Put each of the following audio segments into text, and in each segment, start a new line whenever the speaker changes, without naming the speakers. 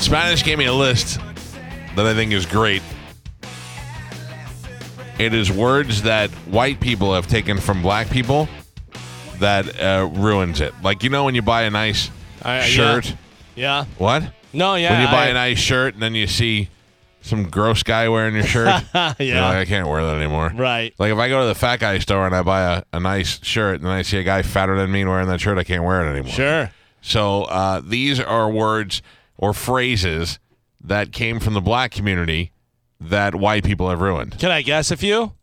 Spanish gave me a list that I think is great. It is words that white people have taken from black people that uh, ruins it. Like you know when you buy a nice
I- yeah.
shirt,
Yeah.
what?
No, yeah.
when you buy
I-
a nice shirt and then you see some gross guy wearing your shirt, you're
yeah.
like, I can't wear that anymore.
Right.
Like if I go to the fat guy store and I buy a, a nice shirt and then I see a guy fatter than me wearing that shirt, I can't wear it anymore.
Sure.
So uh, these are words or phrases that came from the black community that white people have ruined.
Can I guess a few?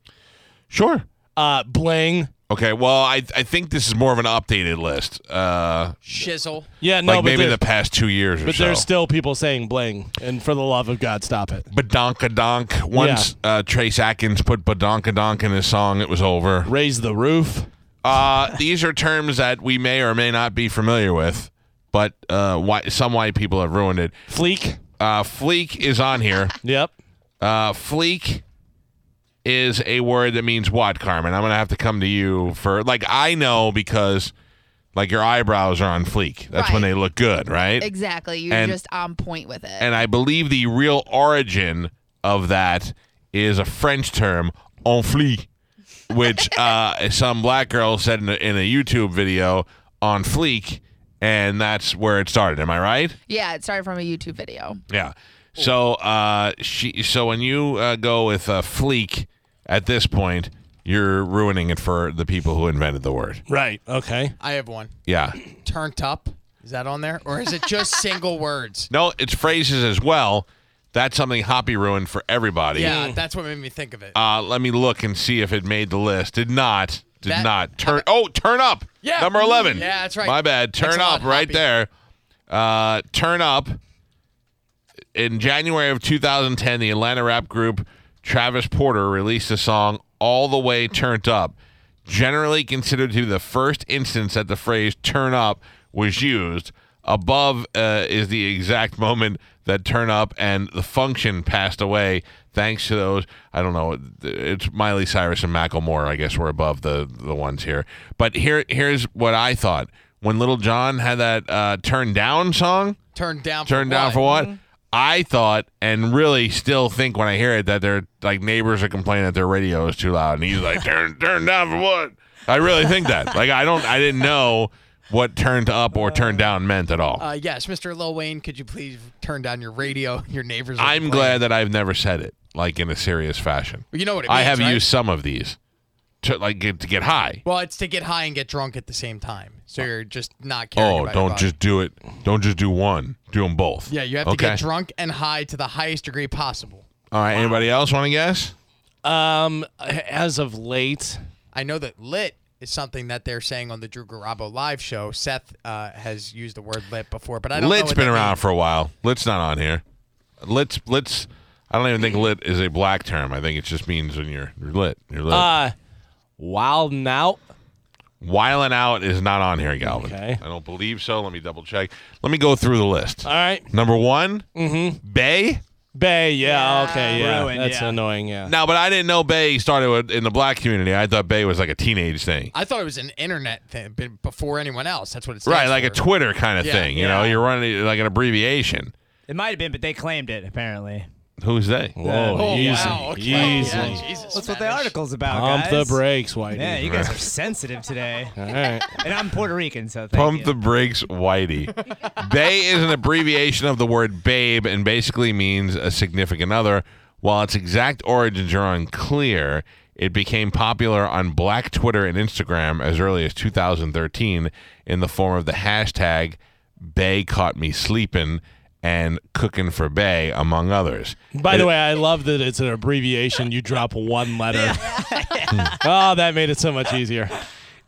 Sure.
Uh, bling.
Okay. Well, I I think this is more of an updated list. Uh,
Shizzle.
Yeah, no,
like
but,
maybe
there-
the past two years or
but
so.
there's still people saying bling. And for the love of God, stop it.
Badonkadonk. Once uh, Trace Atkins put badonkadonk in his song, it was over.
Raise the roof.
Uh, these are terms that we may or may not be familiar with, but uh, why, some white people have ruined it.
Fleek.
Uh, fleek is on here.
Yep.
Uh, fleek is a word that means what, Carmen? I'm gonna have to come to you for like I know because like your eyebrows are on fleek. That's when
Right.
they look good, right?
Exactly. You're
And-
just on point with it.
And I believe the real origin of that is a French term, en fleek, which uh, some black girl said in a, in a YouTube video on fleek, and that's where it started. Am I right?
yeah, it started from a YouTube video.
Yeah. So uh, she. So when you uh, go with uh, fleek at this point, you're ruining it for the people who invented the word.
Right. Okay.
I have one.
Yeah.
Turned up. Is that on there? Or is it just single words?
No, it's phrases as well. That's something Hoppy ruined for everybody.
Yeah, that's what made me think of it.
Uh, let me look and see if it made the list. Did not. Did
That-
not. Turn. Oh, turn up.
Yeah.
Number eleven.
Yeah, that's right.
My bad. Turn
Thanks a lot,
up right
Hoppy.
there. Uh, turn up. In January of 2010, the Atlanta rap group Travis Porter released the song "All the Way Turned Up," generally considered to be the first instance that the phrase "turn up" was used. Above uh, is the exact moment that "turn up" and the function passed away, thanks to those. I don't know. It's Miley Cyrus and Macklemore. I guess we're above the the ones here. But here here's what I thought when Little John had that uh, "Turn Down" song
turned down.
turned down for what? I thought and really still think when I hear it that their like neighbors are complaining that their radio is too loud and he's like turn turn down for what? I really think that. Like I don't I didn't know what turned up or turned down meant at all.
Uh, yes, Mr. Lil Wayne, could you please turn down your radio? Your neighbors. Are
I'm
complaining.
glad that I've never said it like in a serious fashion.
You know what it
I
means,
have
right?
used some of these to like get, to get high.
Well, it's to get high and get drunk at the same time. So you're just not caring.
Uh, Oh,
about your
don't
body.
just do it. Don't just do one. Do them both.
Yeah, you have to
okay.
get drunk and high to the highest degree possible.
All right. Anybody else want to guess?
Um, as of late,
I know that lit is something that they're saying on the Drew Garabo live show. Seth uh, has used the word lit before, but I don't. know
Lit's
what
been
that
around
means.
for a while. Lit's not on here. Lit's lit's. I don't even
Mm.
think lit is a black term. I think it just means when you're, you're lit. You're lit.
uh, wild now.
Whiling out is not on here, Galvin.
Okay.
I don't believe so. Let me double check. Let me go through the list.
All
Uh,
right.
Number one,
mm-hmm.
Bay.
Bay. Yeah. Okay. Yeah.
Ruined,
That's
yeah.
annoying. Yeah.
Now, but I didn't know Bay started with, in the black community. I thought Bay was like a teenage thing.
I thought it was an internet thing b- before anyone else. That's what it's
Right, like a Twitter kind of
Yeah,
thing. You know,
yeah.
you're running like an abbreviation.
It might have been, but they claimed it apparently.
Who's they?
Whoa.
Oh,
easy.
wow, okay.
Easy.
Yeah, Jesus,
That's what the
Spanish.
article's about,
Pump the
guys.
brakes, Whitey.
Yeah, you guys are sensitive today,
All right.
and I'm Puerto Rican, so thank
Pump
you.
the brakes, Whitey. Bay is an abbreviation of the word babe and basically means a significant other. While its exact origins are unclear, it became popular on black Twitter and Instagram as early as 2013 in the form of the hashtag Bay caught me sleeping and cooking for Bay, among others.
By
It-
the way, I love that it's an abbreviation. You drop one letter. oh, that made it so much easier.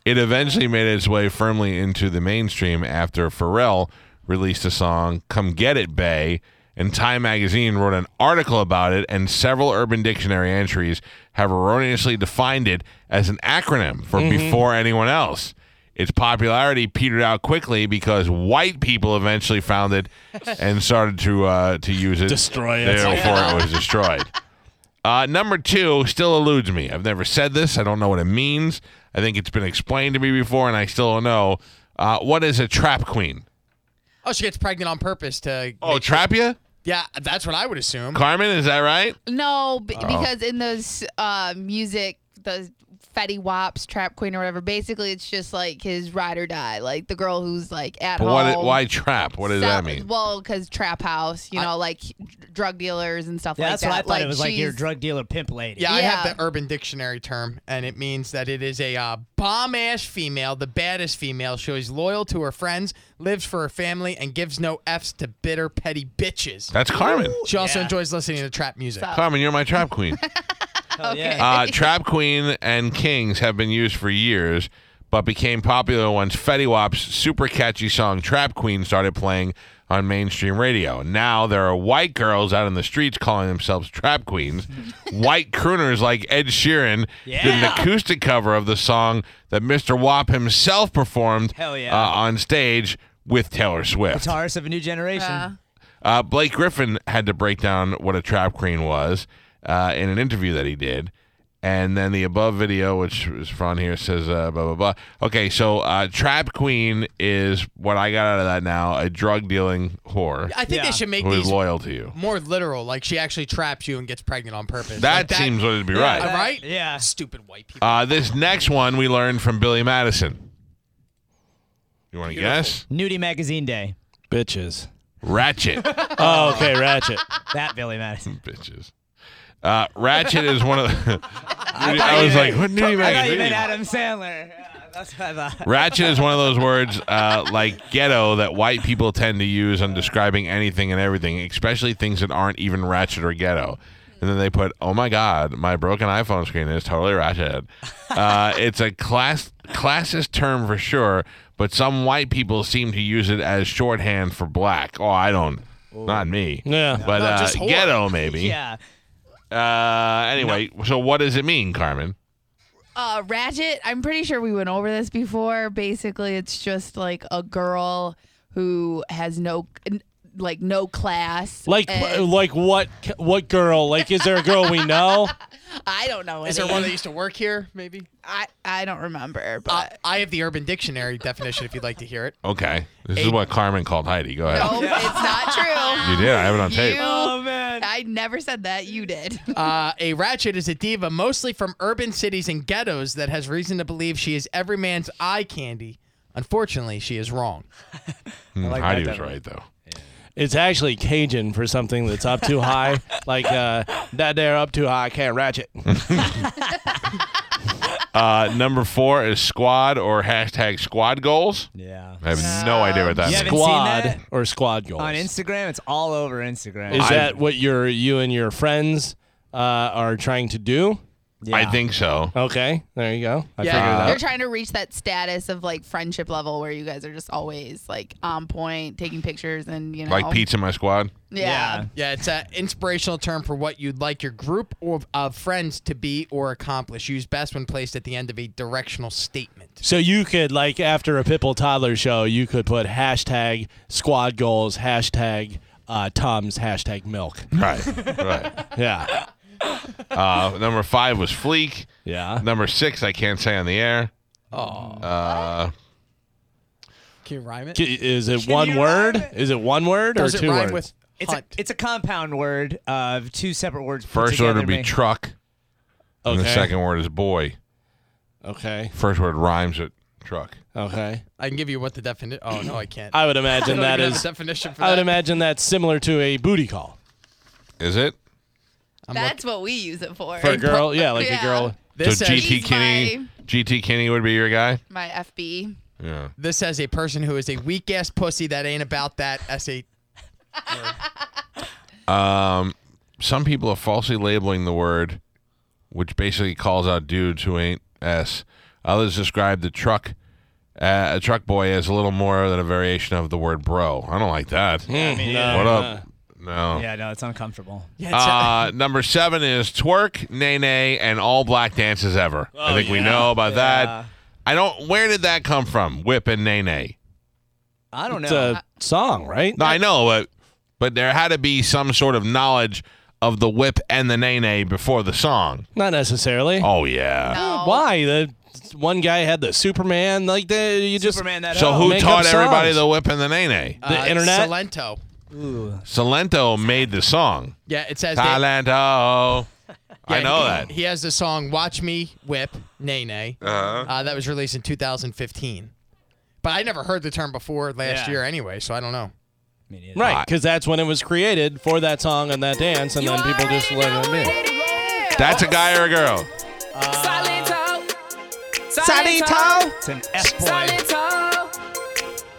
It eventually made its way firmly into the mainstream after Pharrell released the song Come Get It Bay, and Time magazine wrote an article about it, and several Urban Dictionary entries have erroneously defined it as an acronym for before anyone else. Its popularity petered out quickly because white people eventually found it and started to uh, to use it.
Destroy it.
Therefore, it was destroyed. Uh, number two still eludes me. I've never said this. I don't know what it means. I think it's been explained to me before, and I still don't know. Uh, what is a trap queen?
Oh, she gets pregnant on purpose to.
Oh, trap you?
Yeah, that's what I would assume.
Carmen, is that right?
No,
Oh.
b- because in those uh, music, the Fetty Wap's Trap Queen or whatever, basically it's just like his ride or die, like the girl who's like at
But
home.
what, why trap? What does
sell-
that mean?
Well, because trap house, you know, like dr- drug dealers and stuff
Yeah,
like
that's
that.
what I thought. it was like your
she's-
drug dealer pimp lady.
Yeah, I
Yeah.
have the Urban Dictionary term, and it means that it is a uh, bomb ass female, the baddest female. She is loyal to her friends, lives for her family, and gives no F's to bitter, petty bitches.
That's Carmen.
She also
Yeah.
enjoys listening to trap music.
So-
Carmen, you're my trap queen.
Hell Oh, yeah.
Uh, Trap Queen and Kings have been used for years, but became popular once Fetty Wap's super catchy song Trap Queen started playing on mainstream radio. Now there are white girls out in the streets calling themselves Trap Queens. white crooners like Ed Sheeran did an
Yeah.
acoustic cover of the song that Mr. Wap himself performed
Hell yeah.
uh, on stage with Taylor Swift.
Guitarist of a new generation.
Yeah.
Uh, Blake Griffin had to break down what a trap queen was uh, in an interview that he did. And then the above video, which is from here, says uh, blah, blah, blah. Okay, so uh, Trap Queen is what I got out of that now a drug dealing whore
I think
Yeah.
they should make
who is
these
loyal to you.
more literal. Like she actually traps you and gets pregnant on purpose.
That,
Like,
seems what it'd be
uh,
right.
right.
Yeah.
Stupid white people.
Uh, this next one we learned from Billy Madison. You want to guess?
Nudie Magazine Day.
Bitches.
Ratchet.
Oh, okay, Ratchet.
That Billy Madison.
Bitches. Uh, Ratchet is one of the. I,
thought you
was like,
meant-
what nudie
I thought you
magazine?
meant Adam Sandler. Yeah, that's what I thought.
Ratchet is one of those words uh, like ghetto that white people tend to use on describing anything and everything, especially things that aren't even ratchet or ghetto. And then they put, "Oh my God, my broken iPhone screen is totally ratchet." Uh, it's a class classist term for sure, but some white people seem to use it as shorthand for black. Oh, I don't, not me.
Yeah.
But
No,
uh,
just whore.
ghetto maybe.
Yeah.
Uh, anyway, so what does it mean, Carmen?
uh, Ratchet, I'm pretty sure we went over this before. Basically, it's just like a girl who has no, n- like, no class.
Like,
and-
like what? What girl? Like, is there a girl we know?
I don't know.
Is there
any.
one that used to work here? Maybe.
I I don't remember,
Uh,
but
I have the Urban Dictionary definition if you'd like to hear it.
Okay, this is what Carmen called Heidi. Go ahead.
no, it's not true.
You did. I have it on tape.
You-
Oh man.
I never said that. You did.
Uh, a ratchet is a diva mostly from urban cities and ghettos that has reason to believe she is every man's eye candy. Unfortunately, she is wrong.
Mm,
like
Heidi
that
was
devil.
right though.
It's actually Cajun for something that's up too high. Like uh, that there up too high, I can't ratchet.
Uh, number four is squad or hashtag squad goals.
Yeah.
I have no idea what that
Yeah,
means.
haven't seen
Squad
that?
or squad goals.
On Instagram, it's all over Instagram.
Is
I-
that what your you and your friends uh, are trying to do?
yeah.
I think so.
Okay, there you go. I
Yeah.
figured it
You're
out.
trying to reach that status of like friendship level where you guys are just always like on point, taking pictures and you know,
Like pizza, my squad.
Yeah.
Yeah, it's an inspirational term for what you'd like your group or, of friends to be or accomplish. Used best when placed at the end of a directional statement.
So you could like after a Pipple toddler show, you could put hashtag squad goals, hashtag uh, Tums, hashtag milk.
Right. right.
Yeah,
Uh, number five was fleek.
yeah.
Number six, I can't say on the air. Uh,
Can you rhyme it?
K- Is it
Can
one
you
word?
rhyme it?
Is it one word
Does
or
it
two
rhyme
words?
with
It's a,
hunt?
it's a compound word of two separate words. put
first word
together
would be
make-
truck. And the
Okay.
second word is boy.
Okay,
First word rhymes with truck.
okay.
I can give you what the definition. Oh no, I can't.
I would imagine
don't
that
even have
is.
a definition for
I would
that.
imagine that's similar to a booty call
Is it?
I'm
That's what we use it for.
for a girl. Yeah, like
Yeah.
a girl.
looking- this,
so
says,
GT
He's
Kinney,
my-
GT Kinney would be your guy.
My FB.
Yeah.
this says a person who is a weak ass pussy that ain't about that. S a
Um, some people are falsely labeling the word, which basically calls out dudes who ain't s. Others describe the truck, uh, a truck boy, as a little more than a variation of the word bro. I don't like that.
No,
what
no.
up? No.
Mm-hmm. Yeah, no, it's uncomfortable.
Yeah, it's a-
Uh, number seven is twerk, nay nay, and all black dances ever. I think we know about
Oh, Yeah.
that. I don't. Where did that come from? Whip and nay nay.
I don't
It's
know.
a song, right?
No, I know, but but there had to be some sort of knowledge of the whip and the nay nay before the song.
Not necessarily.
Oh yeah.
No.
Why the one guy had the Superman like the you just
Superman that
So
hoe.
who
Make
taught
up
everybody
songs.
Uh,
the whip and the nay nay?
the internet?
Salento.
Salento made the song.
Yeah, it says. that-
Talento. I
Yeah,
know
he-
that.
He has the song Watch Me Whip, Nay Nay. Uh, that was released in 2015. But I never heard the term before last
Yeah.
year anyway, so I don't know.
Right, because that's when it was created for that song and that dance, and then people just let it in.
That's a guy or a girl.
Salento.
It's an F boy.
Salento.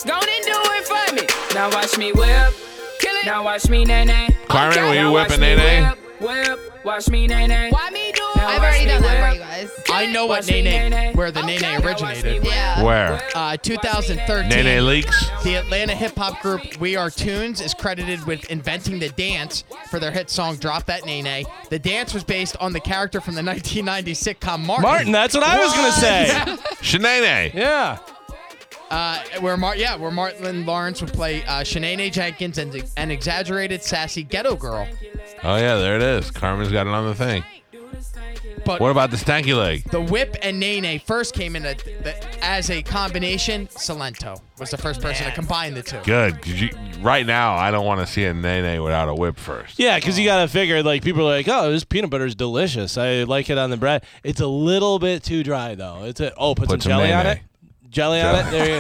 Go and do it for me. Now watch me whip. Kill it. Now watch me nay nay.
Carmen, will you
Now
whip
watch
a
me
nay-nay?
Whip, whip. Watch me nay nay.
Why me do it?
Now
I've
watch
already
me
done that for
whip.
you guys.
I know what
Watch me
Nay Nay,
nay-nay.
where the
Okay.
Nay Nay
Now
Now watch me
originated.
whip.
Yeah.
Where?
Uh,
Watch me nay-nay.
2013.
Nene Leaks?
The Atlanta hip hop group We Are Tunes is credited with inventing the dance for their hit song Drop That Nay Nay. The dance was based on the character from the 1990 sitcom Martin.
Martin, that's what I was gonna say.
Shenane.
Yeah.
Uh, where Mar- yeah, where Martin Lawrence would play uh, Shanae Jenkins and an exaggerated, sassy ghetto girl.
Oh, yeah, there it is. Carmen's got it on the thing.
But
What about the stanky leg?
the whip and Nene first came in a, the, as a combination. Salento was the first person to combine the two.
Good. 'cause you- right now, I don't want to see a nene without a whip first.
Yeah, because you gotta figure like people are like, oh, this peanut butter is delicious. I like it on the bread. It's a little bit too dry though. It's a oh, put,
Put
some
some
jelly on
nay-nay.
it. Jelly on it. There you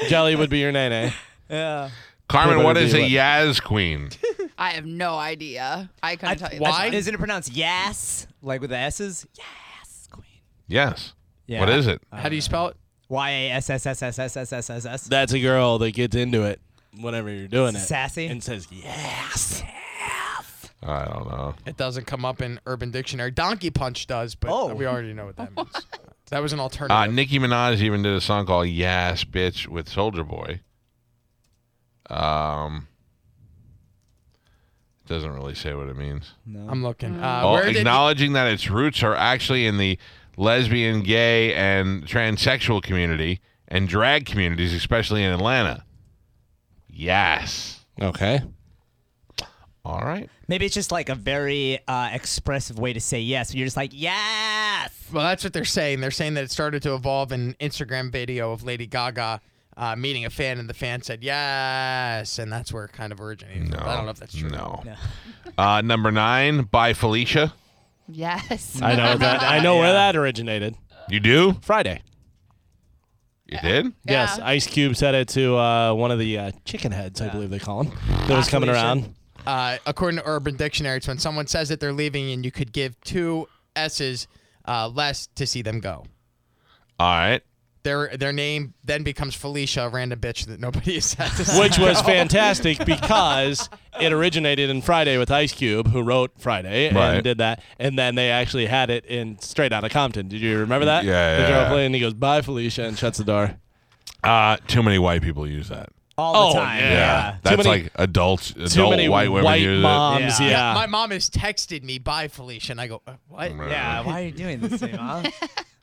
go. jelly would be your nene.
Yeah.
Carmen,
Peanut
what
butter
is a
be
Yaz queen?
I have no idea. I couldn't tell you.
why?
that.
Isn't it pronounced yes? Like with the S's? Yes, queen.
Yes.
Yeah.
What is it?
How do you spell it?
Y A S S S S S S S S S.
That's a girl that gets into it whenever you're doing it.
Sassy.
And says, yes.
I don't know.
It doesn't come up in Urban Dictionary. Donkey Punch does, but
Oh.
we already know what that means. that was an alternative.
Uh, Nicki Minaj even did a song called "Yes, Bitch" with Soldier Boy. Um, doesn't really say what it means.
I'm looking. Uh,
Oh,
where did-
acknowledging that its roots are actually in the lesbian, gay, and transsexual community and drag communities, especially in Atlanta. Yes.
Okay.
All right.
Maybe it's just like a very uh, expressive way to say yes. You're just like, yes.
well, that's what they're saying. They're saying that it started to evolve in Instagram video of Lady Gaga uh, meeting a fan, and the fan said yes, and that's where it kind of originated.
No.
I don't know if that's true.
No. Uh, number nine by Felicia.
Yes.
I know that. I know where that originated.
You do?
Friday.
You did?
Yeah.
Yes, Ice Cube said it to uh, one of the uh, chicken heads, I believe they call him, that was coming around.
Uh, according to Urban Dictionary, it's when someone says that they're leaving, and you could give two s's uh, less to see them go.
All right.
Their their name then becomes Felicia, a random bitch that nobody has had to see.
which was fantastic because it originated in Friday with Ice Cube, who wrote Friday
Right.
and did that, and then they actually had it in Straight Outta Compton. Did you remember that?
Yeah,
The
yeah,
girl
yeah.
playing, he goes, "Bye, Felicia," and shuts the door.
Uh, too many white people use that.
All the
Oh,
time.
yeah.
That's
many-
like adults, adult
Too many
white women use
moms.
Yeah.
Yeah.
My mom has texted me by Felicia, and I go, uh, what?
it.
Yeah, why are you doing this to me, Mom?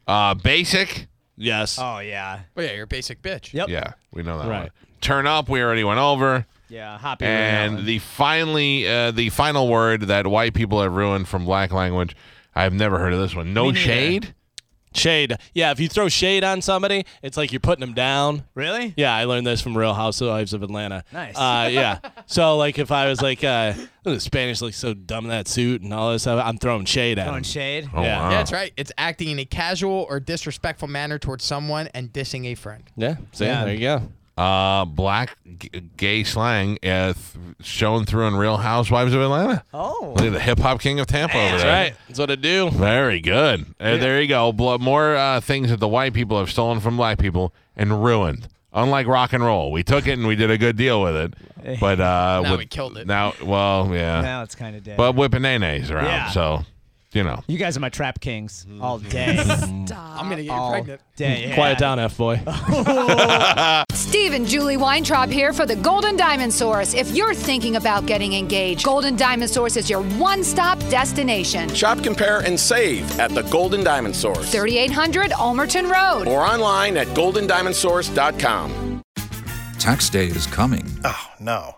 Uh, basic.
yes.
oh, yeah.
Oh yeah, you're a basic bitch.
Yep.
Yeah, we know that
Right.
one. Turn up. We already went over.
Yeah, happy.
And the finally, uh, the final word that white people have ruined from black language. I've never heard of this one. No shade.
Shade. Yeah. If you throw shade on somebody, it's like you're putting them down.
Really?
Yeah, I learned this from Real Housewives of Atlanta.
Nice.
Uh, yeah. So like, if I was like, uh, "Oh, the Spanish looks so dumb in that suit and all this, stuff, I'm throwing shade at
Throwing
'em.
shade.
Oh,
Yeah.
wow.
Yeah, that's right. It's acting in a casual or disrespectful manner towards someone and dissing a friend.
Yeah. See,
Yeah.
there you go.
Uh, black g- gay slang uh, th- shown through in Real Housewives of Atlanta.
Oh.
Look at the hip hop king of Tampa over
That's
there.
right. That's what I do.
Very good. Uh, There you go. Bl- more uh, things that the white people have stolen from black people and ruined. Unlike rock and roll, we took it and we did a good deal with it. But uh,
Now
with-
we killed it.
Now, well, yeah.
Now it's kind of dead.
But whipping nays around,
Yeah.
so you know.
you guys are my trap kings all day.
I'm gonna get you
all
pregnant.
day. yeah.
Quiet down, F boy.
Steve and Julie Weintraub here for the Golden Diamond Source. If you're thinking about getting engaged, Golden Diamond Source is your one stop destination.
Shop, compare, and save at the Golden Diamond Source
3800 Almerton Road.
or online at goldendiamondsource.com.
Tax day is coming,
Oh, no.